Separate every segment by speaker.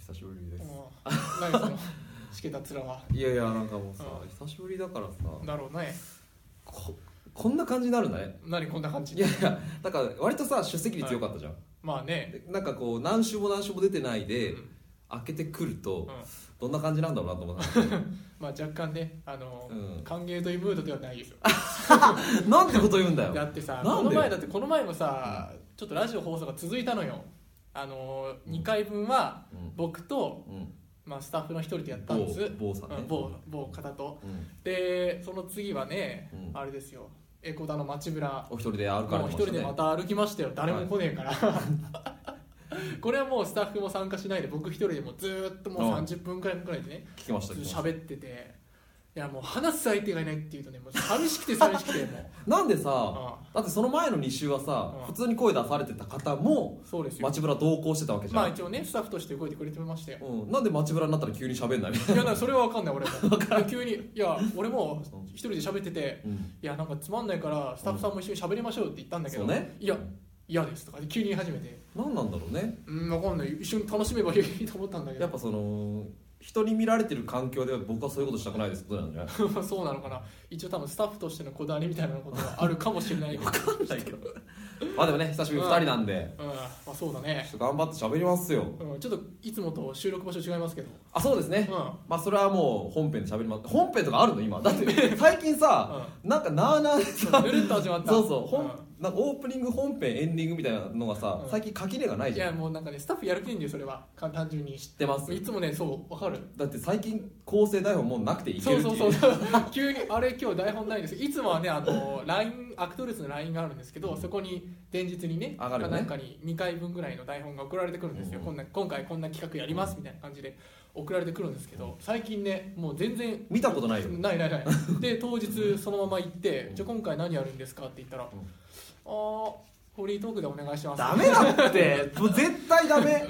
Speaker 1: 久しぶりです
Speaker 2: もう 何そのしけた面はい
Speaker 1: やいやなんかもうさ
Speaker 2: うん
Speaker 1: 久しぶりだからさ
Speaker 2: だろうね
Speaker 1: ここんな感じになるね
Speaker 2: 何こんな感
Speaker 1: い
Speaker 2: じ
Speaker 1: やいやだから割とさ出席率良かったじゃん、
Speaker 2: まあね、
Speaker 1: でなんかこう何週も何週も出てないうで、
Speaker 2: ん
Speaker 1: 開けてくると
Speaker 2: う、
Speaker 1: ど
Speaker 2: ん
Speaker 1: んな感じなんだろうなと思ったんだ
Speaker 2: まあ、若干ねあの、
Speaker 1: うん
Speaker 2: 歓迎というムードではないですよ
Speaker 1: けどなんてこと言うんだよ
Speaker 2: だってさ
Speaker 1: なん
Speaker 2: こ
Speaker 1: で
Speaker 2: の前だってこの前もさ、ちょっとラジオ放送が続いたのよあの
Speaker 1: うん
Speaker 2: 2回分は
Speaker 1: うん
Speaker 2: 僕と、
Speaker 1: うん
Speaker 2: まあ、スタッフの一人でやったん
Speaker 1: 某
Speaker 2: です、
Speaker 1: 某さん
Speaker 2: う
Speaker 1: ね
Speaker 2: ん某某方と
Speaker 1: うん
Speaker 2: でその次はね、
Speaker 1: うん
Speaker 2: あれですよエコダの街ぶら
Speaker 1: お一人で歩かれ
Speaker 2: もう
Speaker 1: て
Speaker 2: 一
Speaker 1: ました
Speaker 2: 人で
Speaker 1: ね
Speaker 2: また歩きましたよ誰も来ねえから、 これはもうスタッフも参加しないで僕一人でもうずーっともう30分くらいくらいでね
Speaker 1: 聞きまし
Speaker 2: ず
Speaker 1: た
Speaker 2: っ
Speaker 1: 聞
Speaker 2: と
Speaker 1: きまし
Speaker 2: 喋ってていやもう話す相手がいないっていうとねもう寂しくて寂しくてもう
Speaker 1: た なんでさ
Speaker 2: あ
Speaker 1: だってその前の2週はさ
Speaker 2: うん
Speaker 1: 普通に声出されてた方も
Speaker 2: あそうですよ
Speaker 1: 街ブラ同行してたわけじゃん、
Speaker 2: まあ一応ねスタッフとして動いてくれてましたよ
Speaker 1: うん、なんで街ブラになったら急に喋んないみたい
Speaker 2: いやなんかそれは分かんない俺 もいや急にいや俺も一人で喋ってて
Speaker 1: な、うん、
Speaker 2: いやなんかつまんないからスタッフさんも一緒に喋りましょうって言ったんだけ
Speaker 1: そ
Speaker 2: ど、
Speaker 1: うね
Speaker 2: いや嫌ですとか急に言い始めて
Speaker 1: 何なんだろうね
Speaker 2: うん分かんない一緒に楽しめばいいと思ったんだけど
Speaker 1: やっぱその人に見られてる環境では僕はそういうことしたくないですってことなんじゃない
Speaker 2: まあ そうなのかな一応多分スタッフとしてのこだわりみたいなことはあるかもしれないけど
Speaker 1: 分かんないけどまあでもね久しぶりに2人なんで、
Speaker 2: うんまあそうだね、
Speaker 1: ちょっと頑張って喋りますよ
Speaker 2: うん、ちょっといつもと収録場所違 いますけど
Speaker 1: あそうですね
Speaker 2: うん、うん、
Speaker 1: まあそれはもう本編で喋ります本編とかあるの今だって最近さなんかなあなあでさ
Speaker 2: ぬるっと始まった
Speaker 1: そうそう、ほん
Speaker 2: ん
Speaker 1: なんかオープニング本編エンディングみたいなのがさ、
Speaker 2: うん
Speaker 1: 最近垣根がない
Speaker 2: い
Speaker 1: じゃ
Speaker 2: や
Speaker 1: ん
Speaker 2: もうなんかねスタッフやる気ないんだよそれは簡単純に
Speaker 1: 知ってます
Speaker 2: いつもねそうわかる
Speaker 1: だって最近構成台本もうなくていけ
Speaker 2: そ
Speaker 1: るっ
Speaker 2: う
Speaker 1: てい
Speaker 2: そうそう 急にあれ今日台本ないんですいつもはねあの LINE アクトルーツの LINE があるんですけどそこに前日にね
Speaker 1: 上がるよね
Speaker 2: なんかに2回分ぐらいの台本が送られてくるんですよ、
Speaker 1: うん
Speaker 2: こんな今回こんな企画やりますみたいな感じで送られてくるんですけど最近ねもう全然
Speaker 1: 見たことないよ
Speaker 2: な いないないで当日そのまま行って「じゃあ今回何やるんですか?」って言ったら「あ
Speaker 1: ん
Speaker 2: あフリートークでお願いします」
Speaker 1: ダメだってもう絶対ダメ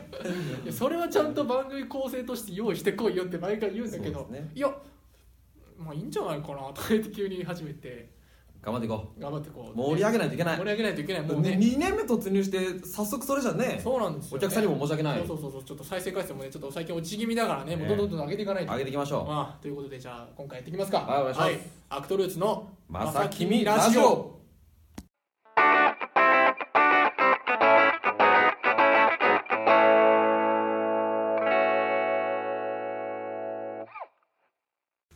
Speaker 2: いやそれはちゃんと番組構成として用意してこいよって毎回言うんだけ
Speaker 1: そ
Speaker 2: ど、
Speaker 1: うですね
Speaker 2: いやまあいいんじゃないかなとか言って急に言い始めて
Speaker 1: 頑張っていこ
Speaker 2: 頑張ってこ
Speaker 1: う
Speaker 2: う
Speaker 1: 盛り上げないといけない
Speaker 2: 盛り上げないといけないもうね
Speaker 1: 2年目突入して早速それじゃね
Speaker 2: そうなんですよ、ね、
Speaker 1: お客さんにも申し訳ない
Speaker 2: そうそうそうちょっと再生回数もねちょっと最近落ち気味だからねもう
Speaker 1: ね
Speaker 2: どんどんどんどん上げていかないと、
Speaker 1: 上げていきましょ
Speaker 2: まあ、ということでじゃあ今回やっていきますか
Speaker 1: はいお願いします
Speaker 2: アクトルーツの
Speaker 1: うまさきみラジオ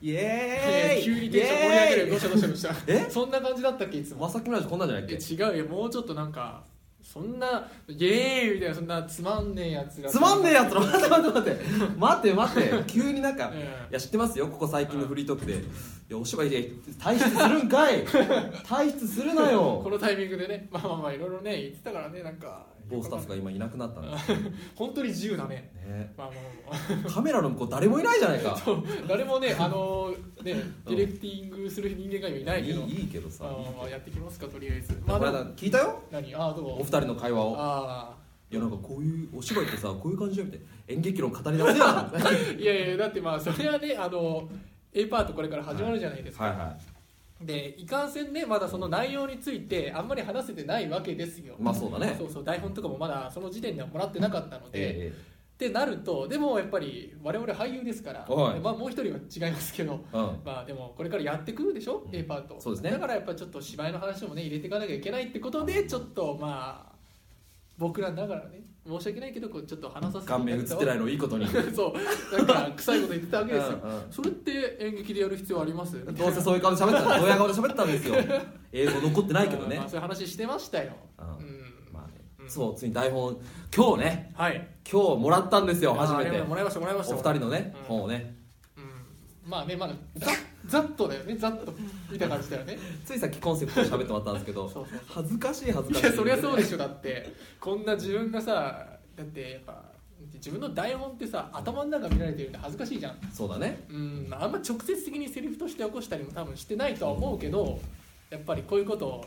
Speaker 1: イエーイ
Speaker 2: 急にテンション盛り上げるどうしたどうしたどうした
Speaker 1: え
Speaker 2: そんな感じだったっけいつも
Speaker 1: まさきみラジオこんなんじゃないっ
Speaker 2: え
Speaker 1: け
Speaker 2: 違うよもうちょっとなんかそんなイエーイみたいなそんなつまんねえやつら
Speaker 1: つまんねえや
Speaker 2: つ
Speaker 1: つら待って待って待って 待って待って急になんか、
Speaker 2: うん
Speaker 1: いや知ってますよここ最近のフリートークで、いやお芝居で退出するん かい退出するな
Speaker 2: こ
Speaker 1: よ
Speaker 2: のタイミングでねまあまあまあいろいろね言ってたからねなんか
Speaker 1: 某スタッフが今いなくなったん だ、
Speaker 2: 本当に自由だね
Speaker 1: ね、
Speaker 2: まあまあ ま
Speaker 1: カメラの向こう誰もいないじゃないか
Speaker 2: あまあ誰も ねあのねディレクティングする人間が今いないけど
Speaker 1: いいいいけどさ
Speaker 2: まあまあまあやっていきますかとりあえず
Speaker 1: こ
Speaker 2: まあ
Speaker 1: の
Speaker 2: で
Speaker 1: 間
Speaker 2: も
Speaker 1: 聞いたよ
Speaker 2: 何ああど
Speaker 1: お二
Speaker 2: う
Speaker 1: 人の会話を
Speaker 2: ああ
Speaker 1: いやなんかこういうお芝居ってさこういう感じだよみたいな演劇論語り出 せよなんてはい
Speaker 2: やいやだってまあそれはねあの A パートこれから始まるじゃないですか、
Speaker 1: いは
Speaker 2: でいかんせんねまだその内容についてあんまり話せてないわけですよ、
Speaker 1: いまあそうだね
Speaker 2: そうそう台本とかもまだその時点ではもらってなかったの
Speaker 1: え
Speaker 2: で、ってなるとでもやっぱり我々俳優ですから、
Speaker 1: はい
Speaker 2: まあ、もう一人は違いますけど
Speaker 1: えええうん
Speaker 2: まあでもこれからやってくるでしょ、
Speaker 1: うん
Speaker 2: A パート
Speaker 1: そうですね
Speaker 2: だからやっぱちょっと芝居の話もね入れていかなきゃいけないってことでちょっとまあ僕らながらね申し訳ないけどこうちょっと話させて
Speaker 1: 顔面映ってない
Speaker 2: い
Speaker 1: のいいことに
Speaker 2: た そうなんか臭いこと言ってたわけですよ、
Speaker 1: うんうん
Speaker 2: それって演劇でやる必要あります
Speaker 1: どうせそういう顔で喋ってたドヤ顔で喋ってたんです よ映像残ってないけどね
Speaker 2: まあ、そういう話してましたよ、
Speaker 1: うん
Speaker 2: うん
Speaker 1: まあね
Speaker 2: うん
Speaker 1: そうついに台本今日ね
Speaker 2: はい
Speaker 1: 今日もらったんですよ初め
Speaker 2: あで
Speaker 1: て
Speaker 2: ももらいましたもらい
Speaker 1: お
Speaker 2: ました
Speaker 1: 二人のね
Speaker 2: うん
Speaker 1: 本をね
Speaker 2: うんまあねまだざざっとだよねざっと見た感じだよね
Speaker 1: ついさっきコンセプトで喋ってもらったんですけ
Speaker 2: そ
Speaker 1: ど
Speaker 2: う そう
Speaker 1: 恥ずかしい恥ずかし
Speaker 2: い
Speaker 1: い
Speaker 2: やそりゃそうでしょだってこんな自分がさだってやっぱ自分の台本ってさ頭の中見られてるって恥ずかしいじゃん
Speaker 1: そうだね
Speaker 2: うんあんま直接的にセリフとして起こしたりも多分してないとは思うけどやっぱりこういうことを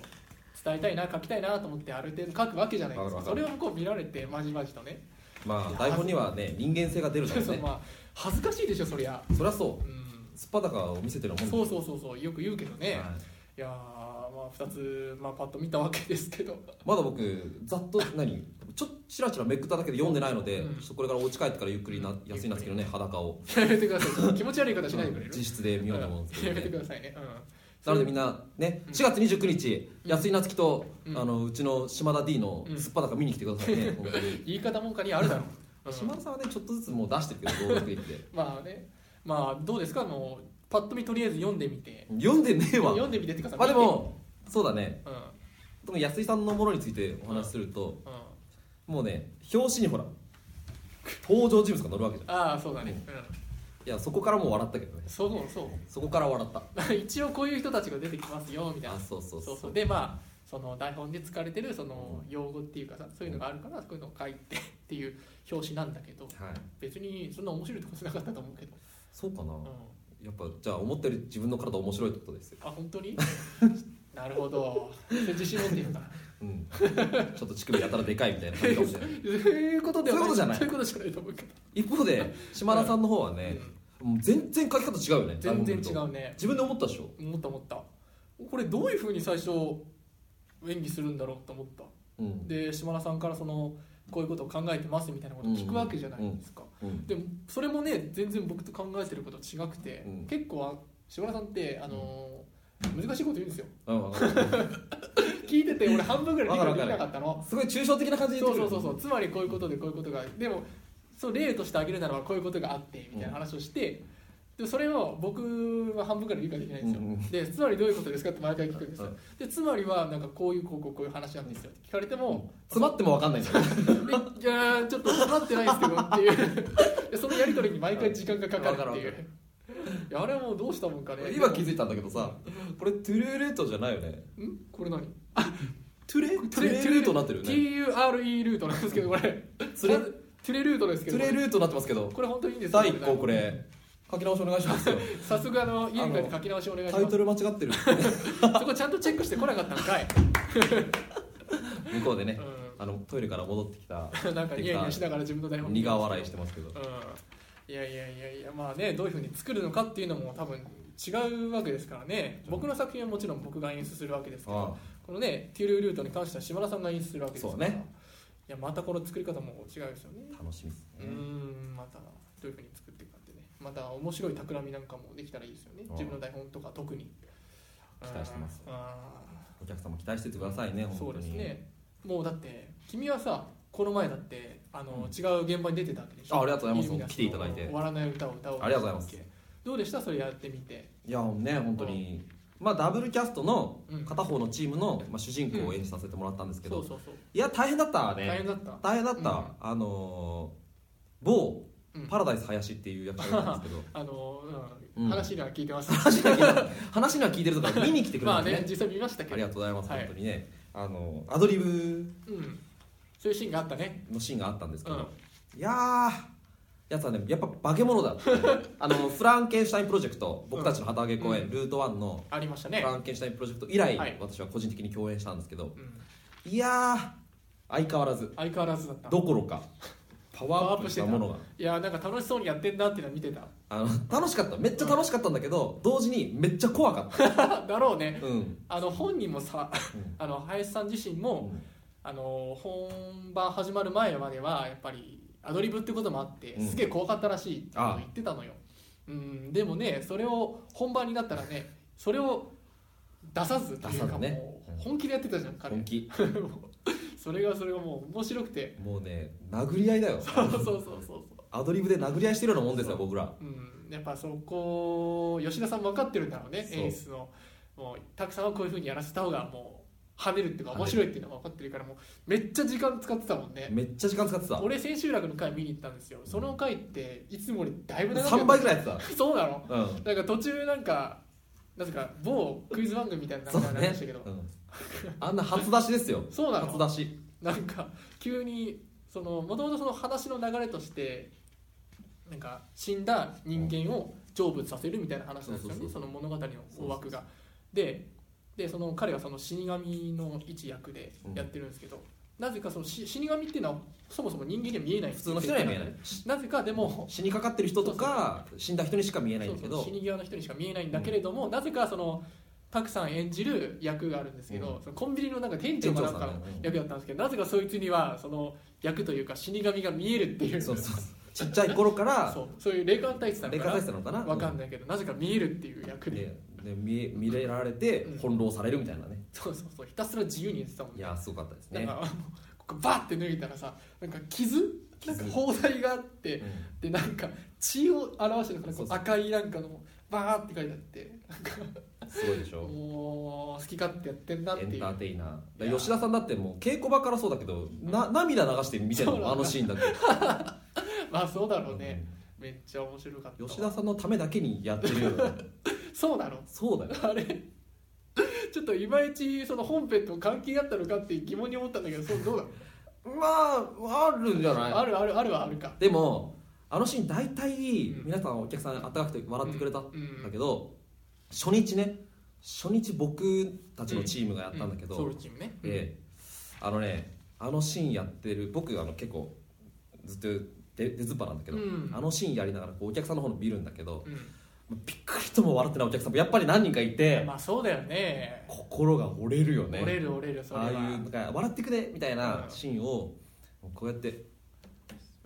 Speaker 2: 伝えたいな書きたいなと思ってある程度書くわけじゃないですか
Speaker 1: わか
Speaker 2: そ
Speaker 1: るわか
Speaker 2: れ
Speaker 1: る
Speaker 2: をこう見られてまじまじとね
Speaker 1: まあ台本にはね人間性が出るだろう
Speaker 2: そう
Speaker 1: ね
Speaker 2: まあ恥ずかしいでしょそりゃ
Speaker 1: そりゃそう
Speaker 2: うん
Speaker 1: 素っ裸を見せてるもんだ
Speaker 2: そうそうそうそうよく言うけど
Speaker 1: は
Speaker 2: ね、
Speaker 1: い
Speaker 2: いやーまあ2つ、まあ、パッと見たわけですけど
Speaker 1: まだ僕ざっと何ちょっとちらちらめくっただけで読んでないので、
Speaker 2: うん
Speaker 1: ちょっとこれからお家帰ってからゆっくりな、休みなんですけどね裸を
Speaker 2: やめてください気持ち悪い言い方しないでく れる
Speaker 1: 実質で見ようと思うんですけ
Speaker 2: や
Speaker 1: ど、
Speaker 2: めて
Speaker 1: ね
Speaker 2: く、ださいね、うん、
Speaker 1: なのでみんなね
Speaker 2: うん
Speaker 1: 4月29日、
Speaker 2: うん
Speaker 1: 安井夏樹と、
Speaker 2: うん
Speaker 1: あのうちの島田 D の
Speaker 2: うん
Speaker 1: すっぱだか見に来てくださいね、 本当に
Speaker 2: 言い方も他にあるだろう、 うん
Speaker 1: 島田さんはねちょっとずつもう出してるけどゴールデンウィーク で
Speaker 2: まあねまあどうですかもうパッと見とりあえず読んでみて
Speaker 1: 読んでねえわ
Speaker 2: 読んでみてっていうかさ
Speaker 1: まあで
Speaker 2: 見
Speaker 1: もそうだね
Speaker 2: てうん
Speaker 1: 特に安井さんのものについてお話しすると、
Speaker 2: うん
Speaker 1: もうね表紙にほら登場人物が載るわけじゃん
Speaker 2: ああそうだね、
Speaker 1: いやそこからもう笑ったけどね
Speaker 2: うん、そうそう
Speaker 1: そこから笑った
Speaker 2: 一応こういう人たちが出てきますよみたいな
Speaker 1: あそうそうそう
Speaker 2: でまあその台本で使われてるその用語っていうかさそういうのがあるからそういうのを書いてっていう表紙なんだけど
Speaker 1: はい、
Speaker 2: 別にそんな面白いとこしなかったと思うけど、
Speaker 1: そうかな、
Speaker 2: うん、
Speaker 1: やっぱじゃあ思ったより自分の体面白いってことですよ、
Speaker 2: あ本当になるほどそれ自信持ってるから
Speaker 1: うん、ちょっと乳首やたらでかいみたいな感じかもしれない
Speaker 2: そういうことでは
Speaker 1: そういうことじゃない
Speaker 2: そういうことじゃないと思うけど
Speaker 1: 一方で島田さんの方はね、もう全然書き方違うよね
Speaker 2: 全然
Speaker 1: 台
Speaker 2: 違
Speaker 1: 本見ると
Speaker 2: うね
Speaker 1: 自分で思ったでしょ
Speaker 2: 思った思ったこれどういうふうに最初演技するんだろうと思った
Speaker 1: うん、
Speaker 2: で島田さんからそのこういうことを考えてますみたいなことを聞くわけじゃないですか、
Speaker 1: うん、
Speaker 2: でもそれもね全然僕と考えてること違くて、
Speaker 1: うん
Speaker 2: 結構あ島田さんってあのー難しいこと言うんですよ
Speaker 1: うんわかる
Speaker 2: 聞いてて俺半分ぐらい理解できなかったの
Speaker 1: すごい抽象的な感じで
Speaker 2: そ
Speaker 1: 言って
Speaker 2: うそ
Speaker 1: くる
Speaker 2: うそうそうつまりこういうことでこういうことがでもそう例として挙げるならばこういうことがあってみたいな話をして、でそれを僕は半分ぐらい理解できないんですよ、
Speaker 1: うんうん
Speaker 2: でつまりどういうことですかって毎回聞くんです
Speaker 1: う
Speaker 2: よ
Speaker 1: ん
Speaker 2: でつまりはなんかこういうこうこうこういう話なんですよって聞かれても、
Speaker 1: 詰まってもわかんないんだよ ね
Speaker 2: えいやーちょっと分かってないですけどっていうでそのやり取りに毎回時間がかかるっていう
Speaker 1: わか
Speaker 2: いやあれはもうどうしたもんかね
Speaker 1: 今気づいたんだけどさこれトゥルーレートじゃないよね
Speaker 2: んこれ何
Speaker 1: トゥレトゥレルートになってるよね
Speaker 2: TURE ルートなんですけどこれ
Speaker 1: トゥレ
Speaker 2: まずトゥレルートですけ
Speaker 1: トゥ
Speaker 2: ど
Speaker 1: レルートになってますけど
Speaker 2: これ本当にいいんですよ
Speaker 1: 第1項これ書き直しお願いし ますよ
Speaker 2: 早速あの家に帰って書き直しお願いし
Speaker 1: タイ
Speaker 2: ま
Speaker 1: ト
Speaker 2: す
Speaker 1: ル間違って る
Speaker 2: そこちゃんとチェックしてこなかったんかい、
Speaker 1: 向こうでね
Speaker 2: う
Speaker 1: あのトイレから戻ってきた
Speaker 2: ん、なんかニヤニヤしながら自分の台本
Speaker 1: 苦笑いしてますけど
Speaker 2: うんいやいやいやいやまあねどういうふうに作るのかっていうのも多分違うわけですからね僕の作品はもちろん僕が演出するわけですけど
Speaker 1: あ
Speaker 2: このねテュールルートに関しては島田さんが演出するわけですから
Speaker 1: そうね
Speaker 2: いやまたこの作り方も違うですよね
Speaker 1: あ楽しみです
Speaker 2: うー
Speaker 1: ね
Speaker 2: んまたどういうふうに作っていくかってねまた面白い企みなんかもできたらいいですよね
Speaker 1: ああ
Speaker 2: 自分の台本とか特に
Speaker 1: 期待してます
Speaker 2: ああ
Speaker 1: お客様期待しててくださいね本当
Speaker 2: そ
Speaker 1: に
Speaker 2: うですねもうだって君はさこの前だってあの、違う現場に出てたわけでしょ
Speaker 1: あありがとうございます
Speaker 2: 意味なく
Speaker 1: 来ていただいて
Speaker 2: 終わらない歌を歌おう
Speaker 1: ありがとうございます
Speaker 2: どうでしたそれやってみて
Speaker 1: いやね本当にまあダブルキャストの
Speaker 2: うん
Speaker 1: 片方のチームのまあ主人公を演じさせてもらったんですけ
Speaker 2: そう
Speaker 1: ど
Speaker 2: そうそう
Speaker 1: いや大変だった
Speaker 2: 大変
Speaker 1: ね
Speaker 2: だった
Speaker 1: 大変だっ
Speaker 2: うん
Speaker 1: たあのー某
Speaker 2: うん
Speaker 1: パラダイス林っていう役者がいたんですけど
Speaker 2: あの、う、
Speaker 1: うんん
Speaker 2: 話には聞いてます
Speaker 1: 話には聞いて話には聞いてるとか見に来てくれ る
Speaker 2: まあ
Speaker 1: んです
Speaker 2: ね
Speaker 1: ね
Speaker 2: 実際見ましたけ
Speaker 1: あ
Speaker 2: ど
Speaker 1: りがとうございます、
Speaker 2: はい
Speaker 1: 本当にねあのアドリブ
Speaker 2: うん、そういうシーンがあったね
Speaker 1: のシーンがあったんですけど、
Speaker 2: うん
Speaker 1: いやーやつはねやっぱ化け物だっ て、あのフランケンシュタインプロジェクト僕たちの旗揚げ公演、ルート1の
Speaker 2: ありました
Speaker 1: フ
Speaker 2: ね、
Speaker 1: ランケンシュタインプロジェクト以来、
Speaker 2: はい
Speaker 1: 私は個人的に共演したんですけど
Speaker 2: うん、
Speaker 1: いやー相変わらず
Speaker 2: 相変わらずだった
Speaker 1: どころかパワーアップしたものが
Speaker 2: いやなんか楽しそうにやってんなっていうのは見てた
Speaker 1: あの楽しかっためっちゃ楽しかったんだけど、同時にめっちゃ怖かった、
Speaker 2: だろうね
Speaker 1: うん
Speaker 2: あの本人もさ、あの林さん自身も、
Speaker 1: うん
Speaker 2: あの本番始まる前まではやっぱりアドリブってこともあって、
Speaker 1: うん
Speaker 2: すげえ怖かったらしいってこと
Speaker 1: ああ
Speaker 2: 言ってたのようんでもねそれを本番になったらねそれを出さずという
Speaker 1: 出さ
Speaker 2: か
Speaker 1: ずね
Speaker 2: もう
Speaker 1: うん
Speaker 2: 本気でやってたじゃん彼
Speaker 1: 本気
Speaker 2: それがそれがもう面白 くて
Speaker 1: もうね殴り合いだよ
Speaker 2: そうそうそうそうそう
Speaker 1: アドリブで殴り合いしてるようなもんですよ僕ら
Speaker 2: うん、やっぱそこ吉田さんも分かってるんだろうね
Speaker 1: そう
Speaker 2: 演出のもうたくさんはこういうふうにやらせた方がもう跳ねるっていうか面白いっていうのが分かってるからもうめっちゃ時間使ってたもんね
Speaker 1: めっちゃ時間使ってた
Speaker 2: 俺千秋楽の回見に行ったんですよその回っていつもよりだいぶ長かった
Speaker 1: 3倍ぐらいやってた
Speaker 2: そうなの
Speaker 1: うん
Speaker 2: なんか途中なんかなぜか某クイズ番組みたいな
Speaker 1: そ
Speaker 2: の
Speaker 1: う
Speaker 2: が
Speaker 1: だ
Speaker 2: あり
Speaker 1: ね
Speaker 2: ましたけど、
Speaker 1: うんあんな初出しですよ
Speaker 2: そうなの
Speaker 1: 初出し
Speaker 2: なんか急にそのもともとその話の流れとしてなんか死んだ人間を成仏させるみたいな話なんで
Speaker 1: そ
Speaker 2: すよ
Speaker 1: うそうそ
Speaker 2: ね
Speaker 1: う
Speaker 2: その物語の大枠が。ででその彼はその死神の一役でやってるんですけど、なぜかそのし死神っていうのはそもそも人間には見えない
Speaker 1: 普通の人には見えない
Speaker 2: なぜかでも
Speaker 1: 死にかかってる人とか死んだ人にしか見えないんだけ
Speaker 2: そ
Speaker 1: ど
Speaker 2: うそう死に際の人にしか見えないんだけれども、なぜかそのたくさん演じる役があるんですけど、
Speaker 1: う
Speaker 2: そのコンビニのなんか店長かなんかの
Speaker 1: 店長さんねうん
Speaker 2: 役だったんですけど、なぜかそいつにはその役というか死神が見えるっていう
Speaker 1: そうそうそうちっちゃい頃から
Speaker 2: そうそういう霊感体質なの
Speaker 1: 霊
Speaker 2: か
Speaker 1: 感
Speaker 2: な
Speaker 1: 体質なのかな
Speaker 2: わかんないけど、なぜか見えるっていう役
Speaker 1: うん
Speaker 2: で、
Speaker 1: でで見え見れられて
Speaker 2: うん
Speaker 1: 翻弄されるみたいなね
Speaker 2: そうそうそうひたすら自由にやってたもん
Speaker 1: い
Speaker 2: ね
Speaker 1: やーすごかったです
Speaker 2: なん
Speaker 1: ね
Speaker 2: かあのここバッて脱いだらさなんか傷なんか包帯があって、
Speaker 1: うん
Speaker 2: でなんか血を表してるからこ
Speaker 1: そう
Speaker 2: う
Speaker 1: そう
Speaker 2: 赤いなんかのバーって書いてあってなんか
Speaker 1: すごいでしょ
Speaker 2: もう好き勝手やってんなって
Speaker 1: エン
Speaker 2: いう
Speaker 1: ターテイナーだ
Speaker 2: い
Speaker 1: か
Speaker 2: や
Speaker 1: ら吉田さんだってもう稽古場からそうだけどな涙流して見てる
Speaker 2: そうなん
Speaker 1: の
Speaker 2: だ
Speaker 1: あのシーンだけ
Speaker 2: まあそうだろうね、めっちゃ面白かったわ
Speaker 1: 吉田さんのためだけにやってるよう な
Speaker 2: そうだろう
Speaker 1: そうだよ
Speaker 2: あれちょっといまいちその本編と関係あったのかって疑問に思ったんだけどそうどう
Speaker 1: まああるんじゃ
Speaker 2: だ
Speaker 1: な
Speaker 2: ろ
Speaker 1: いう
Speaker 2: あるあるあるはあるか
Speaker 1: でもあのシーン大体
Speaker 2: うん
Speaker 1: 皆さんお客さん温かくて笑ってくれたん
Speaker 2: うんうん
Speaker 1: だけど、初日ね初日僕たちのチームがやったんだけど、
Speaker 2: うソウルチームね、
Speaker 1: であのねあのシーンやってる僕あの結構ずっと出出ずっぱなんだけど、
Speaker 2: うん
Speaker 1: あのシーンやりながらこうお客さんの方の見るんだけど
Speaker 2: うん
Speaker 1: びっくりとも笑ってないお客さんもやっぱり何人かいて
Speaker 2: まあそうだよね
Speaker 1: 心が折れるよね
Speaker 2: 折れる折れるそれ
Speaker 1: あ
Speaker 2: は
Speaker 1: あいうなんか笑ってくれみたいな
Speaker 2: うん
Speaker 1: シーンをこうやって
Speaker 2: う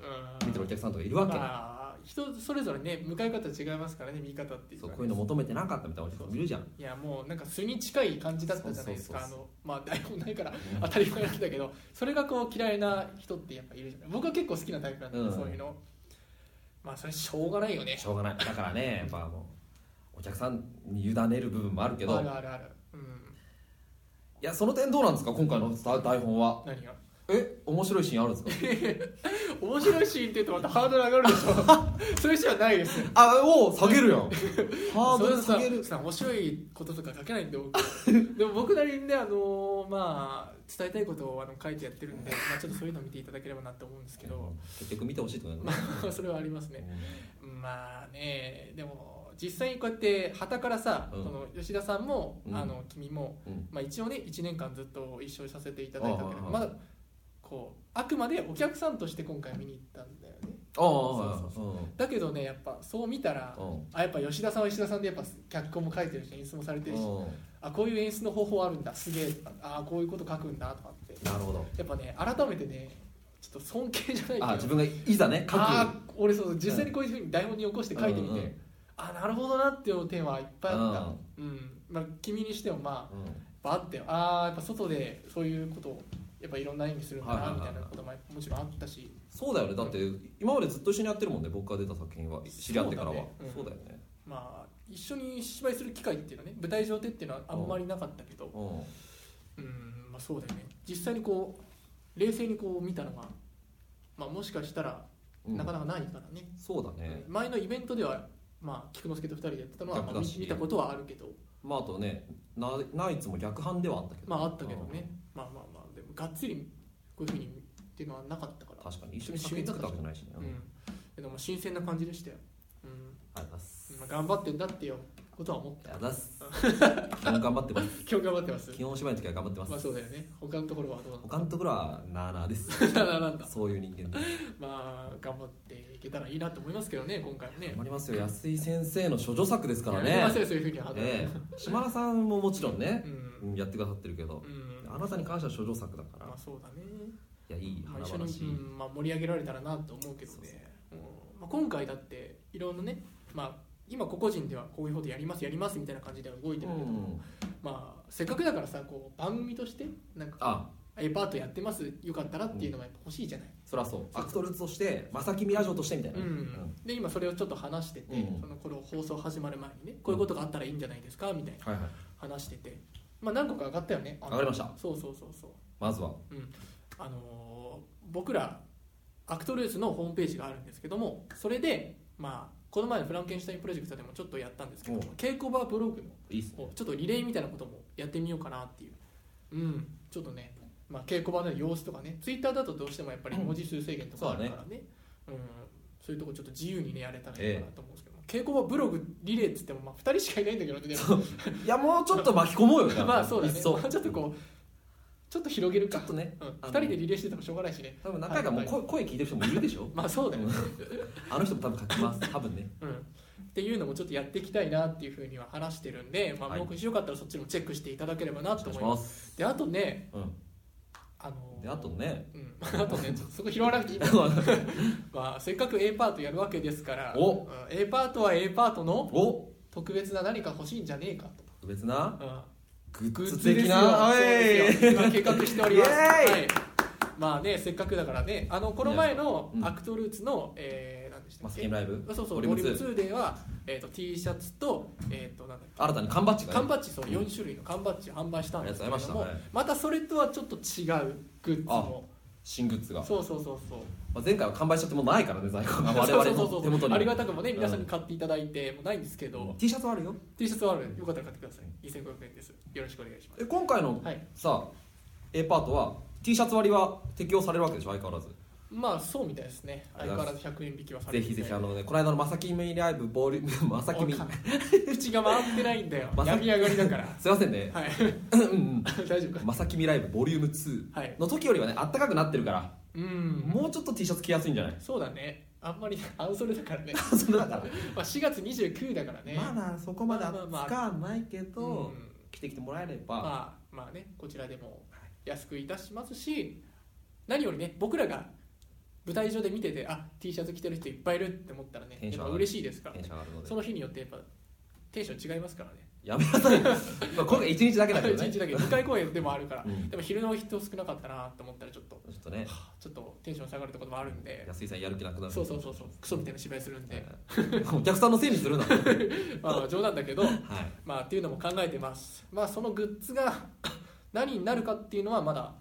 Speaker 2: ん
Speaker 1: 見てるお客さんとかいるわけ、
Speaker 2: まあ、人それぞれね向かい方違いますからね見方っていう
Speaker 1: そう
Speaker 2: かね
Speaker 1: こういうの求めてなかったみたいなお客さんもいるじゃん
Speaker 2: いやもうなんか素に近い感じだったじゃないですか
Speaker 1: そ
Speaker 2: あ
Speaker 1: うそう
Speaker 2: のまあ台本ないから当たり前なんだけどそれがこう嫌いな人ってやっぱいるじゃない僕は結構好きなタイプなんで、
Speaker 1: うん
Speaker 2: そういうのまあそれしょうがないよね
Speaker 1: しょうがないだからねやっぱもうお客さんに委ねる部分もあるけど
Speaker 2: あるあるあるうん
Speaker 1: いやその点どうなんですか今回の台本は
Speaker 2: 何が
Speaker 1: え面白いシーンあるんですか
Speaker 2: 面白いシーンって言うとまたハードル上がるでしょ そういうシーンはないですよ
Speaker 1: あおう下げる やんハード
Speaker 2: そ
Speaker 1: ル
Speaker 2: れさ
Speaker 1: 下げる
Speaker 2: さ面白いこととか書けないん で僕でも僕なりにねあのーまあ伝えたいことをあの書いてやってるんで、まあ、ちょっとそういうのを見ていただければなと思うんですけど
Speaker 1: 結局見てほしいってことだよ
Speaker 2: ま
Speaker 1: ね
Speaker 2: あそれはありますねまあねでも実際にこうやって旗からさ、
Speaker 1: うん
Speaker 2: この吉田さんも、
Speaker 1: うん
Speaker 2: あの君も、
Speaker 1: うん
Speaker 2: まあ、一応ね1年間ずっと一緒にさせていただいたけど
Speaker 1: ああああ
Speaker 2: まだこうあくまでお客さんとして今回見に行ったんだよね
Speaker 1: ああ
Speaker 2: そう
Speaker 1: ああ
Speaker 2: だけどねやっぱそう見たら、
Speaker 1: うんうん
Speaker 2: あやっぱ吉田さんは吉田さんでやっぱ脚本も書いてるし演出もされてるし、あこういう演出の方法あるんだすげえとかあこういうこと書くんだとかって
Speaker 1: なるほど
Speaker 2: やっぱね改めてねちょっと尊敬じゃないけど
Speaker 1: あ自分がいざね書く
Speaker 2: あー俺そうそう実際にこういうふうに台本に起こして書いてみ
Speaker 1: う
Speaker 2: て、
Speaker 1: んうん
Speaker 2: あなるほどなっていう点はいっぱいあった、うんまあ、君にしてもまあ
Speaker 1: うん
Speaker 2: やっぱあってああやっぱ外でそういうことをやっぱいろんな演技するんだ
Speaker 1: はい
Speaker 2: な
Speaker 1: はい
Speaker 2: み
Speaker 1: はい
Speaker 2: たいなことももちろんあったし
Speaker 1: そうだよねだって今までずっと一緒にやってるもんね僕が出た作品は知り合ってからはそ
Speaker 2: そうう
Speaker 1: だ
Speaker 2: だ
Speaker 1: よね
Speaker 2: まあ一緒に芝居する機会っていうのはね舞台上でっていうのはあんまりなかったけど
Speaker 1: うん
Speaker 2: うんまあそうだよね実際にこう冷静にこう見たのが、まあ、もしかしたら
Speaker 1: うん
Speaker 2: なかなかないからね、
Speaker 1: そうだね
Speaker 2: 前のイベントでは、まあ、菊之助と2人でやってたのは、まあ
Speaker 1: 逆だし
Speaker 2: 見見たことはあるけど
Speaker 1: まああとねなナイツも逆反ではあったけど
Speaker 2: まああったけどね、まあまあまあでもがっつりこういうふうにっていうのはなかったか
Speaker 1: うん
Speaker 2: ら、
Speaker 1: 確かに一緒に作品作ったわけじゃないしね
Speaker 2: う
Speaker 1: うん
Speaker 2: ん、でも新鮮な感じでしたよ、うん
Speaker 1: ありがとうございます
Speaker 2: まあ、頑張ってんだって よことは思っ
Speaker 1: ありがとうございます基本頑張ってます
Speaker 2: た今日頑張ってます
Speaker 1: 基本お芝居の時は頑張ってます
Speaker 2: まあそうだよね他のところはどうなの
Speaker 1: 他のところはなあなあです
Speaker 2: なんだ
Speaker 1: そういう人間です
Speaker 2: まあ頑張っていけたらいいなと思いますけどね今回もね
Speaker 1: 頑張りますよ安井先生の処女作ですからね
Speaker 2: やめてますよそういうふうには、
Speaker 1: ええ島田さんももちろんね
Speaker 2: うん
Speaker 1: うんやってくださってるけど
Speaker 2: うん
Speaker 1: あなたに関しては処女作だから
Speaker 2: まあそうだね
Speaker 1: いやいい
Speaker 2: まあ、
Speaker 1: 華
Speaker 2: 一緒に、
Speaker 1: 々しい
Speaker 2: うんまあ、盛り上げられたらなと思うけどね
Speaker 1: そうそう
Speaker 2: うんまあ、今回だっていろんなね、まあ、今個々人ではこういうことやりますやりますみたいな感じでは動いてるけど、
Speaker 1: うん
Speaker 2: まあ、せっかくだからさこう番組としてなんか
Speaker 1: あ
Speaker 2: えパートやってますよかったらっていうのがやっぱ欲しいじゃない、
Speaker 1: そりゃそうアクトルーツとして正木ミラジオとしてみたいな、
Speaker 2: うんで今それをちょっと話してて、
Speaker 1: うん
Speaker 2: そのこの放送始まる前にねこういうことがあったらいいんじゃないですかみたいな
Speaker 1: はいはい
Speaker 2: 話してて、まあ、何個か上がったよねあの
Speaker 1: 上がりました
Speaker 2: そうそうそうそう
Speaker 1: まずは
Speaker 2: うん、あのー僕らアクトルースのホームページがあるんですけどもそれで、まあ、この前のフランケンシュタインプロジェクトでもちょっとやったんですけど
Speaker 1: おう
Speaker 2: 稽古場ブログの
Speaker 1: いいっすね
Speaker 2: ちょっとリレーみたいなこともやってみようかなっていう、うん、ちょっとね、まあ、稽古場の様子とかねツイッターだとどうしてもやっぱり文字数制限とかあるからね,、うんそういうとこちょっと自由にねやれたらいいかなと思うんですけど、稽古場ブログリレーっつってもまあ2人しかいないんだけ どねでも
Speaker 1: いやもうちょっと巻き込もうよじゃ
Speaker 2: まあそうだ
Speaker 1: い
Speaker 2: ね
Speaker 1: っそ
Speaker 2: まあちょっとこうちょっと広げる
Speaker 1: ちょ
Speaker 2: か
Speaker 1: っとね
Speaker 2: うん、
Speaker 1: あ
Speaker 2: 2
Speaker 1: の
Speaker 2: 人でリレーしててもしょうがないしね
Speaker 1: 多分中井がもう声,、声聞いてる人もいるでしょ
Speaker 2: まあそうだよね、
Speaker 1: あの人も多分書きます多分ね
Speaker 2: うん、っていうのもちょっとやっていきたいなっていうふうには話してるんで、まあ、
Speaker 1: はい
Speaker 2: もしよかったらそっちもチェックしていただければなと
Speaker 1: お願いし
Speaker 2: 思いま。
Speaker 1: ますす
Speaker 2: であとね、
Speaker 1: うん
Speaker 2: あのー
Speaker 1: であとね
Speaker 2: うん、 あとね、ちょっとそこ拾わなく ていい まあ、せっかく A パートやるわけですから、
Speaker 1: お
Speaker 2: うん A パートは A パートの
Speaker 1: お
Speaker 2: 特別な何か欲しいんじゃねえかと。
Speaker 1: 特別な
Speaker 2: うん
Speaker 1: グ
Speaker 2: グ
Speaker 1: ッ
Speaker 2: ッ
Speaker 1: ズ
Speaker 2: ズ
Speaker 1: 的
Speaker 2: 的
Speaker 1: な
Speaker 2: な
Speaker 1: おい
Speaker 2: 計画しております、
Speaker 1: イエーイ
Speaker 2: はい、まあねせっかくだからねあのこの前の
Speaker 1: うん
Speaker 2: アクトルーツの、えー、何でした
Speaker 1: マ
Speaker 2: っ
Speaker 1: ス
Speaker 2: け
Speaker 1: キンライブ
Speaker 2: そうそう
Speaker 1: ボ
Speaker 2: ボ
Speaker 1: リ
Speaker 2: リ
Speaker 1: ュ
Speaker 2: ュ
Speaker 1: ーム
Speaker 2: ー
Speaker 1: 2
Speaker 2: ム2では、えー、と T シャツと,、えー、となんだっけ
Speaker 1: 新たに缶バッジがね
Speaker 2: 缶バッジそう4種類の缶バッジ販売したんですけれど
Speaker 1: ありがとう
Speaker 2: も
Speaker 1: ご
Speaker 2: ま
Speaker 1: ざいました
Speaker 2: たそれとはちょっと違うグッズも
Speaker 1: 新グッズが、
Speaker 2: そうそうそうそう
Speaker 1: まあ、前回は完売しちゃってもうないからね在庫が
Speaker 2: そう
Speaker 1: 我
Speaker 2: そう
Speaker 1: 々
Speaker 2: そうそ
Speaker 1: の
Speaker 2: う
Speaker 1: 手元に
Speaker 2: ありがたくもね
Speaker 1: うん
Speaker 2: 皆さんに買っていただいてもうないんですけど、
Speaker 1: T シャツはあるよ
Speaker 2: T シャツはあるよかったら買ってください2500円ですよろしくお願いします
Speaker 1: え今回の
Speaker 2: はい
Speaker 1: さ A パートは T シャツ割りは適用されるわけでしょ相変わらず
Speaker 2: まあそうみたいですね
Speaker 1: あ
Speaker 2: 相
Speaker 1: りが
Speaker 2: 変
Speaker 1: とう
Speaker 2: わ
Speaker 1: ござい
Speaker 2: らず100円引きはされ
Speaker 1: ぜひ
Speaker 2: てい
Speaker 1: ぜ
Speaker 2: ない
Speaker 1: ひあのねこの間のまさきみライブボール まさきみす
Speaker 2: わかんない口 が回ってないんだよ
Speaker 1: まさ
Speaker 2: 病み上がりだから
Speaker 1: いませんね
Speaker 2: はい
Speaker 1: うん
Speaker 2: 大丈夫
Speaker 1: う
Speaker 2: か
Speaker 1: んまさきみライブボリューム2
Speaker 2: はい
Speaker 1: の時よりはねあったかくなってるから
Speaker 2: うん
Speaker 1: もうちょっと T シャツ着やすいんじゃ ない
Speaker 2: そうだねあんまり 半袖だからね
Speaker 1: そんなだった
Speaker 2: まあ4月29だから ね
Speaker 1: だそこはないけ
Speaker 2: うん
Speaker 1: 着てきてもらえれば
Speaker 2: まあまあねこちらでも安くいたしますし何よりね僕らが舞台上で見ててあ T シャツ着てる人いっぱいいるって思ったらね
Speaker 1: テンシ
Speaker 2: や
Speaker 1: ョン上
Speaker 2: っぱ
Speaker 1: がる
Speaker 2: 嬉しいですから
Speaker 1: テンション上がるので
Speaker 2: その日によってやっぱテンション違いますからね
Speaker 1: やめなさいよまあ今回1日だけだけどね
Speaker 2: 1日だけ2回公演でもあるから、
Speaker 1: うん
Speaker 2: でも昼の人少なかったなと思ったらちょっと
Speaker 1: ちょっとね
Speaker 2: ちょっとテンション下がるってこともあるんで、
Speaker 1: 安井さんやる気なくなる
Speaker 2: そうそうそうそうクソみたいな芝居するん で、
Speaker 1: お客さんのせいにするなはい
Speaker 2: まあまあ冗談だけどまあっていうのも考えてますまあそのグッズが 何になるかっていうのはまだ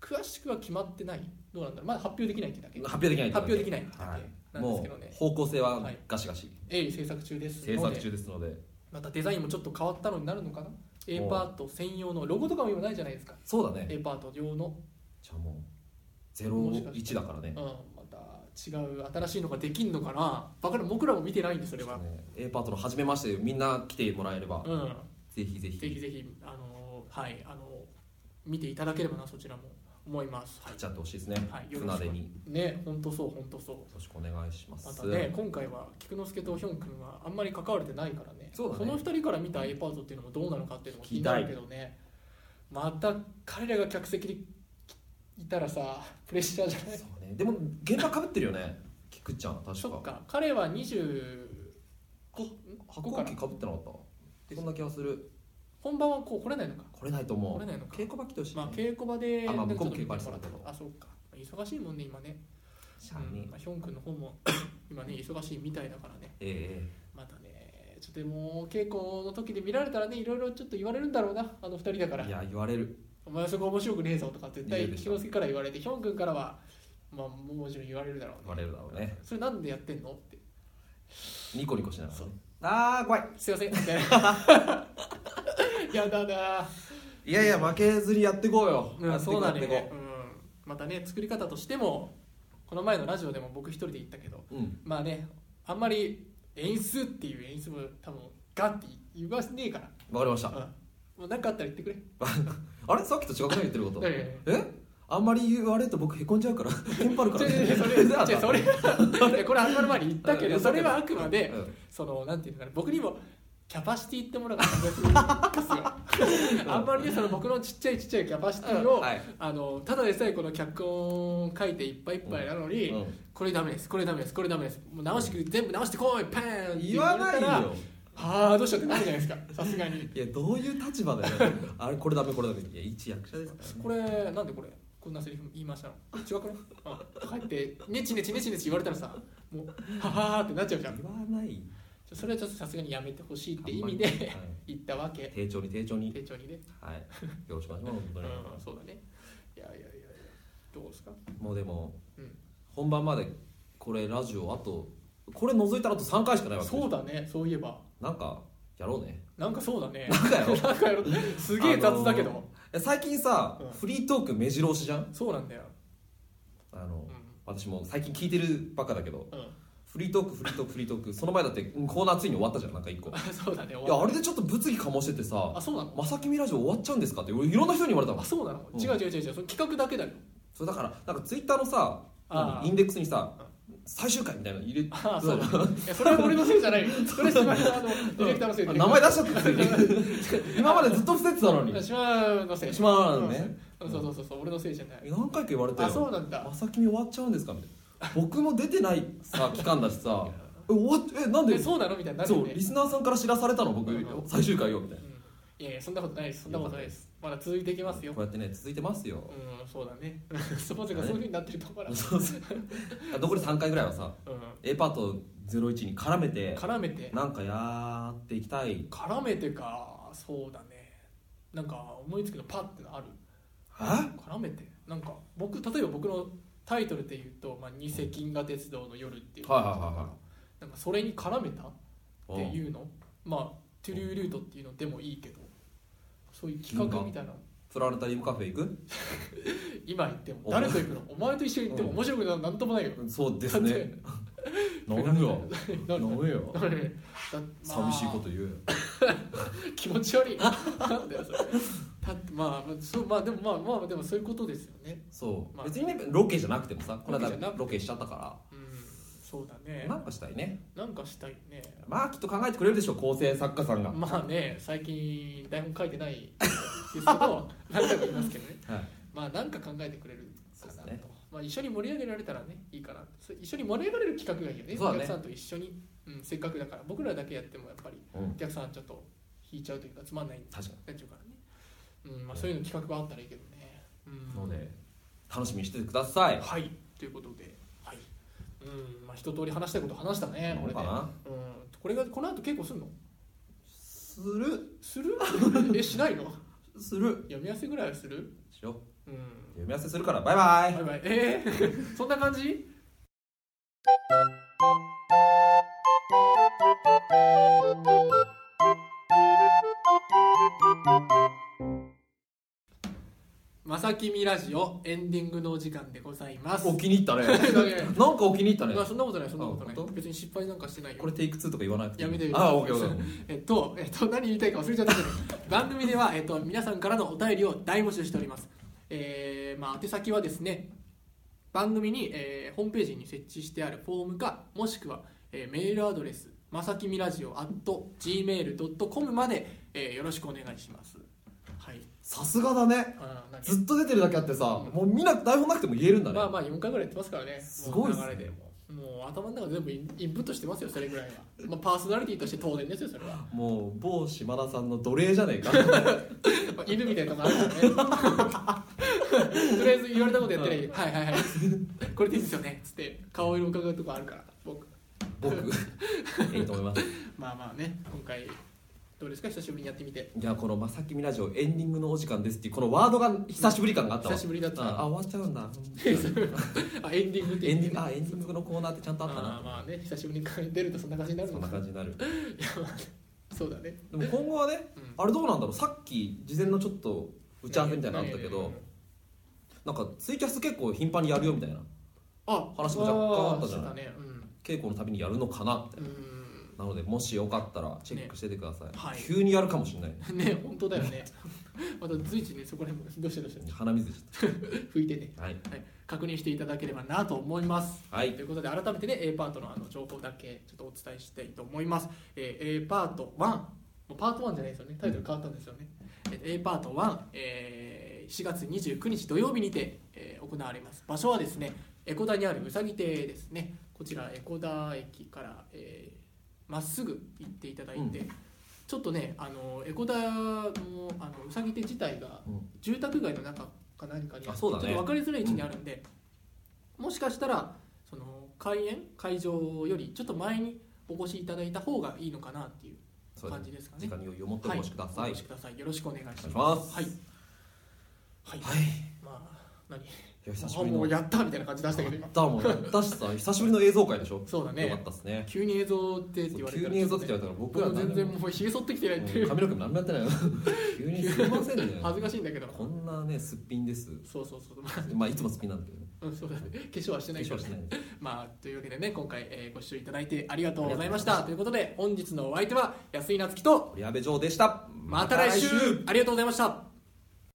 Speaker 2: 詳しくは決まってないどうなんだろうまだ発表できないってだけ
Speaker 1: 発表できないって
Speaker 2: 発
Speaker 1: ことね
Speaker 2: 表できないってだけなんです
Speaker 1: も
Speaker 2: けどね
Speaker 1: う方向性はガシガシ
Speaker 2: 鋭意制作中ですので
Speaker 1: 制作中ですので
Speaker 2: またデザインもちょっと変わったのになるのかな A パート専用のロゴとかも今ないじゃないですか
Speaker 1: そうだね
Speaker 2: A パート用の
Speaker 1: じゃあもう01だからね
Speaker 2: うん、また違う新しいのができんのかなバカな僕らも見てないんでそれは、
Speaker 1: ね A パートの初めましてみんな来てもらえれば
Speaker 2: うん
Speaker 1: ぜひぜ
Speaker 2: ぜひ
Speaker 1: ひ
Speaker 2: ぜひあのーはいあのー見ていただければなそちらも思いますは
Speaker 1: 買っちゃってほしいですね
Speaker 2: はいよ
Speaker 1: 船
Speaker 2: ろしく
Speaker 1: 出によ
Speaker 2: いね本当そう本当そう
Speaker 1: ろしくお願いしま
Speaker 2: ますたね今回は菊之助とヒョン君はあんまり関われてないからね
Speaker 1: そうだね
Speaker 2: の二人から見た A パートっていうのもどうなのかっていうのも気になるけどねまた彼らが客席にいたらさプレッシャーじゃない
Speaker 1: そうねでも現場かぶってるよね菊ちゃん確か
Speaker 2: そっか彼は20
Speaker 1: 箱行
Speaker 2: から
Speaker 1: 機かぶってなかったそんな気がする
Speaker 2: 本番はこう来れないのか
Speaker 1: 来れないと思
Speaker 2: 来
Speaker 1: う
Speaker 2: れないのか
Speaker 1: 稽古場来てほしいね
Speaker 2: まあ稽古場で
Speaker 1: あまあ
Speaker 2: なんか
Speaker 1: 向こうも
Speaker 2: ちょっと
Speaker 1: 稽古場ですけど
Speaker 2: あそうか忙しいもんね今ね
Speaker 1: しゃあね
Speaker 2: うんまあ、ヒョン君の方も今ね忙しいみたいだからね
Speaker 1: ええ
Speaker 2: またねちょっとでも稽古の時で見られたらねいろいろちょっと言われるんだろうなあの二人だ
Speaker 1: え
Speaker 2: か
Speaker 1: え
Speaker 2: ら
Speaker 1: いや言われる
Speaker 2: お前はそこ面白くねえぞとか絶
Speaker 1: 言
Speaker 2: 対
Speaker 1: うでし
Speaker 2: 気
Speaker 1: ょ
Speaker 2: の付けから言われてヒョン君からはまあもちろん言われるだろう
Speaker 1: 言
Speaker 2: ね
Speaker 1: われるだろうね
Speaker 2: それなんでやってんのって
Speaker 1: ニコニコしながら
Speaker 2: そう
Speaker 1: ねああ怖い
Speaker 2: すいませんみたいなやだない
Speaker 1: やいや負けずにやってこうよ
Speaker 2: うん、そうだ
Speaker 1: やって
Speaker 2: ね、うん、またね作り方としてもこの前のラジオでも僕一人で言ったけど
Speaker 1: こううん
Speaker 2: まあねあんまり演出っていう演出も多分ガッて言わねえから
Speaker 1: わかりました
Speaker 2: うんもう何かあったら言ってくれ
Speaker 1: あれさっきと違くない言ってること
Speaker 2: 何
Speaker 1: えあんまり言われると僕へこんじゃう からテンパるから
Speaker 2: 違う違う違 うそれ
Speaker 1: 全然あった
Speaker 2: 違うそれは いやこれ始まる前に言ったけ
Speaker 1: うん
Speaker 2: どそれはあくまで
Speaker 1: うん
Speaker 2: そのなんていうのかな僕にもキャパシティってものが存在するんですよあんまりねその僕のちっちゃいちっちゃいキャパシティを、
Speaker 1: はい
Speaker 2: あのただでさえこの脚本書いていっぱいいっぱいなのに、
Speaker 1: うん
Speaker 2: これダメですこれダメですこれダメですもう直してくれ全部直してこいパーンって
Speaker 1: 言わ
Speaker 2: れ
Speaker 1: な
Speaker 2: た
Speaker 1: い
Speaker 2: ら
Speaker 1: よ
Speaker 2: ああどうしようってなるじゃないですかさすがに
Speaker 1: いやどういう立場だ よあれこれダメこれダメいや一役者ですからね
Speaker 2: これなんでこれこんなセリフ言いましたの違くないあ帰ってネチネチネチネチ言われたらさもうははーってなっちゃうじゃん
Speaker 1: 言わない
Speaker 2: それはちょっとさすがにやめてほしいって意味で言ったわけ
Speaker 1: 丁重に丁重に
Speaker 2: 丁重にね、
Speaker 1: はいよろしくお願いします
Speaker 2: う
Speaker 1: 本当
Speaker 2: ん
Speaker 1: に、、
Speaker 2: そうだねいやいやいやいやどうですか
Speaker 1: もうでも、
Speaker 2: うん
Speaker 1: 本番までこれラジオあとこれ除いたらあと3回しかないわけでしょ
Speaker 2: そうだねそういえば
Speaker 1: なんかやろうね
Speaker 2: なんかそうだね
Speaker 1: なんか やろう
Speaker 2: なんかやろすげえ雑だけど、
Speaker 1: あのえ最近さ、
Speaker 2: うん
Speaker 1: フリートーク目白押しじゃん
Speaker 2: そうなんだよ
Speaker 1: あの、
Speaker 2: う
Speaker 1: 私も最近聞いてるばっかだけど
Speaker 2: ん、 うん、
Speaker 1: フリートークフリートークフリートークその前だってうんコーナーついに終わったじゃんなんか1個い
Speaker 2: あそうだね終わ
Speaker 1: や
Speaker 2: っ
Speaker 1: あれでちょっと物議かもしてて
Speaker 2: たあ
Speaker 1: さ
Speaker 2: そう
Speaker 1: 「
Speaker 2: なの
Speaker 1: まさきみラジオ終わっちゃうんですか?」って俺いろんな人に言われた
Speaker 2: あ
Speaker 1: わ
Speaker 2: そうなの、
Speaker 1: うん
Speaker 2: 違う違う違う違うその企画だけだよ
Speaker 1: そうだからなんかツイッターのさ
Speaker 2: あー
Speaker 1: インデックスにさ
Speaker 2: うん
Speaker 1: 最終回みたいなの入れ
Speaker 2: ああそうだいやそれは俺のせいじ ゃないよそれ島のあのディレクターのせい
Speaker 1: 名前出しちゃったくせに 今までずっと伏せてたのに
Speaker 2: 島のせい
Speaker 1: 島なのね
Speaker 2: そうそうそうそう俺のせいじゃない
Speaker 1: 何回か言われたよ
Speaker 2: あそうなんだ
Speaker 1: まさきみ終わっちゃうんですかみたい な僕も出てないさ期間だしさえ終わっえなん
Speaker 2: で
Speaker 1: で
Speaker 2: そうなのみたいになる
Speaker 1: そ
Speaker 2: よ
Speaker 1: う
Speaker 2: ね
Speaker 1: リスナーさんから知らされたの僕
Speaker 2: うんうん
Speaker 1: 最終回よみたいな
Speaker 2: うんいやいやそんなことないですそんなことないですまだ続いていきますよ
Speaker 1: こうやってね続いてますよ
Speaker 2: うんそうだね スポーツがそういうふうになってるところ
Speaker 1: そうそうあ残り3回ぐらいはさ
Speaker 2: うん
Speaker 1: A パート01に絡めて
Speaker 2: 絡めて
Speaker 1: なんかやっていきたい
Speaker 2: 絡めてかそうだねなんか思いつくのパッてのある
Speaker 1: え
Speaker 2: 絡めてなんか僕例えば僕のタイトルで言うと「まあ、偽銀河鉄道の夜」っていう、
Speaker 1: はいはいはいは
Speaker 2: なんかそれに絡めたって
Speaker 1: うん
Speaker 2: いうのまあトゥルールートっていうのでもいいけどそういう企画みたいな
Speaker 1: プラネタリウムカフェ行
Speaker 2: 今言っても
Speaker 1: お
Speaker 2: 誰と行くのお前と一緒に行っても面白くななんともないよ
Speaker 1: くそうですねなんでよ
Speaker 2: なる
Speaker 1: なんでよ
Speaker 2: だって
Speaker 1: 寂しいこと言うよ
Speaker 2: 気持ち悪いなんだ よそれだってまあそうまあでもまあまあでもそういうことですよね
Speaker 1: そう、
Speaker 2: まあ
Speaker 1: 別にねロケじゃなくてもさこの
Speaker 2: ロケじゃ
Speaker 1: 間
Speaker 2: なく
Speaker 1: ロケしちゃったか
Speaker 2: うんそうだ
Speaker 1: ら
Speaker 2: ね
Speaker 1: なんかしたいね
Speaker 2: なんかしたいね
Speaker 1: まあきっと考えてくれるでしょう構成作家さんが、
Speaker 2: まあね最近台本書いてないですけ ど何回も言いますけどね
Speaker 1: はい、
Speaker 2: まあなんか考えてくれるかな
Speaker 1: そう
Speaker 2: と、
Speaker 1: ですね
Speaker 2: まあ、一緒に盛り上げられたらねいいかなそ一緒に盛り上がれる企画がいいよね
Speaker 1: そうだ
Speaker 2: お
Speaker 1: ね
Speaker 2: 客さんと一緒に、うん、せっかくだから僕らだけやってもやっぱり
Speaker 1: うん
Speaker 2: お、客さんちょっと引いちゃうというかつまんないに
Speaker 1: 確か
Speaker 2: なっちゃうからね、うんまあ、そういうの企画があったらいいけどね、うん
Speaker 1: にので楽しみにしててください
Speaker 2: はいということではいうんまあ一通り話したいこと話したねこれで
Speaker 1: かな
Speaker 2: うんこれがこの後結構するの
Speaker 1: する
Speaker 2: す るえしないの
Speaker 1: する
Speaker 2: 読み合わせぐらいはする
Speaker 1: しよう
Speaker 2: うん
Speaker 1: 読み合わせするからバイバイ
Speaker 2: バイバイえー、 そんな感じまさきみラジオエンディングのお時間でご ざいます
Speaker 1: お気に入ったね
Speaker 2: だね
Speaker 1: なんかお気に入ったね
Speaker 2: まあそんなことないそんなことな
Speaker 1: あ本
Speaker 2: い
Speaker 1: 当
Speaker 2: 別に失敗なんかしてないよ
Speaker 1: これテイク2とか言わなくていい
Speaker 2: やめてやめて
Speaker 1: ああオッケーオッケーオッケ
Speaker 2: えっと、えっと、何言いたいか忘れちゃった けど番組では、えっと、皆さんからのお便りを大募集しております、えーまあ、宛先はですね番組に、えーホームページに設置してあるフォームかもしくは、えーメールアドレスまさきみラジオ gmail.com まで、えーよろしくお願いしますはい
Speaker 1: ーさすがだね
Speaker 2: あーなんか
Speaker 1: ずっと出てるだけあってさ、もうみんな台本なくても言えるんだね、
Speaker 2: まあまあ4回ぐらいやってますからね
Speaker 1: すごいっすね
Speaker 2: もう流れでもう頭の中全部インインプットしてますよそれぐらいは、まあ、パーソナリティとして当然ですよそれは
Speaker 1: もう某島田さんの奴隷じゃねえか
Speaker 2: 犬みたいなとこあるからねとりあえず言われたことやってない、はいはいはいこれでいいですよねつって顔色を伺うとこあるから僕
Speaker 1: 僕いいと思います
Speaker 2: まあまあね今回どうですか久しぶりにやってみて
Speaker 1: いやこの「まさきみラジオエンディングのお時間です」っていうこのワードが久しぶり感があったわ
Speaker 2: 久しぶりだった
Speaker 1: ああ終わっちゃうんだ
Speaker 2: あエンディングって
Speaker 1: エンディングあエンディングのコーナーってちゃんとあった
Speaker 2: あ
Speaker 1: な
Speaker 2: ーまあね久しぶりに出るとそんな感じになる
Speaker 1: そ
Speaker 2: の
Speaker 1: んな
Speaker 2: か
Speaker 1: 感じに なるで
Speaker 2: いやまあそうだね
Speaker 1: も今後はね
Speaker 2: うん
Speaker 1: あれどうなんだろうさっき事前のちょっと打ち合わせみたいなのあったけ
Speaker 2: うんうんう
Speaker 1: ど
Speaker 2: ん
Speaker 1: なんかツイキャス結構頻繁にやるよみたいな
Speaker 2: あ
Speaker 1: 話も若干あったじゃない
Speaker 2: あーしてたねうん
Speaker 1: 稽古のたびにやるのかなって
Speaker 2: うん
Speaker 1: なのでもしよかったらチェックしててください、
Speaker 2: ねはい
Speaker 1: 急にやるかもしれない
Speaker 2: ね本当だよね また随時ねそこら辺もどうしてどうして
Speaker 1: 鼻水ち
Speaker 2: 拭いてね
Speaker 1: ょっとはい
Speaker 2: はい、確認していただければなと思います。
Speaker 1: はい
Speaker 2: ということで改めてね A パートのあの情報だけちょっとお伝えしたいと思います。えー A パート1もうパート1じゃないですよねタイトル変わったんですよね。えー A パート1、えー4月29日土曜日にて、えー行われます。場所はですね江古田にあるうさぎ亭ですね。こちら江古田駅から、えーまっすぐ行っていただいて、
Speaker 1: う
Speaker 2: ちょっとねあの江古田のあのうさぎ亭自体が
Speaker 1: うん
Speaker 2: 住宅街の中か何かにあって
Speaker 1: あそうだね
Speaker 2: ちょっと分かりづらい位置にあるんで、もしかしたらその開園会場よりちょっと前にお越しいただいた方がいいのかなっていう
Speaker 1: そう
Speaker 2: 感じですか
Speaker 1: 時
Speaker 2: ね。
Speaker 1: 間に余裕を持ってお越しくださ、
Speaker 2: はいお越しください。よろしくお願いします。
Speaker 1: お願いします
Speaker 2: はい。はい。
Speaker 1: はいい
Speaker 2: まあ何？
Speaker 1: や久しぶ
Speaker 2: あ
Speaker 1: り
Speaker 2: も
Speaker 1: の
Speaker 2: うやったみたいな感じ出したけど
Speaker 1: や
Speaker 2: 今
Speaker 1: っ。たもんやったしさ久しぶりの映像会でしょ
Speaker 2: そうだ
Speaker 1: よか
Speaker 2: ね
Speaker 1: っ。たっすね
Speaker 2: 急に映像ってって言われた
Speaker 1: 急
Speaker 2: ら
Speaker 1: に映像って
Speaker 2: ち
Speaker 1: 言
Speaker 2: ょっ
Speaker 1: われたら
Speaker 2: とね
Speaker 1: 僕は
Speaker 2: 僕も全然もうひげ剃ってきてないってい
Speaker 1: うん
Speaker 2: う
Speaker 1: 髪の毛も何もや ってないよ急にすいませんね
Speaker 2: 恥ずかしいんだけど。
Speaker 1: こんなねすっぴんです
Speaker 2: そうそうそう。ま
Speaker 1: まあいつもすっぴんなんだけどね
Speaker 2: あうんそうだね。化粧はして
Speaker 1: 化
Speaker 2: ないけ
Speaker 1: 粧
Speaker 2: ど
Speaker 1: はし。てないんで
Speaker 2: まあ、というわけでね今回、えーご視聴いただいてありがとうございましたということで本日のお相手は安井夏樹と
Speaker 1: 堀安部城でした
Speaker 2: また来週ありがとうございました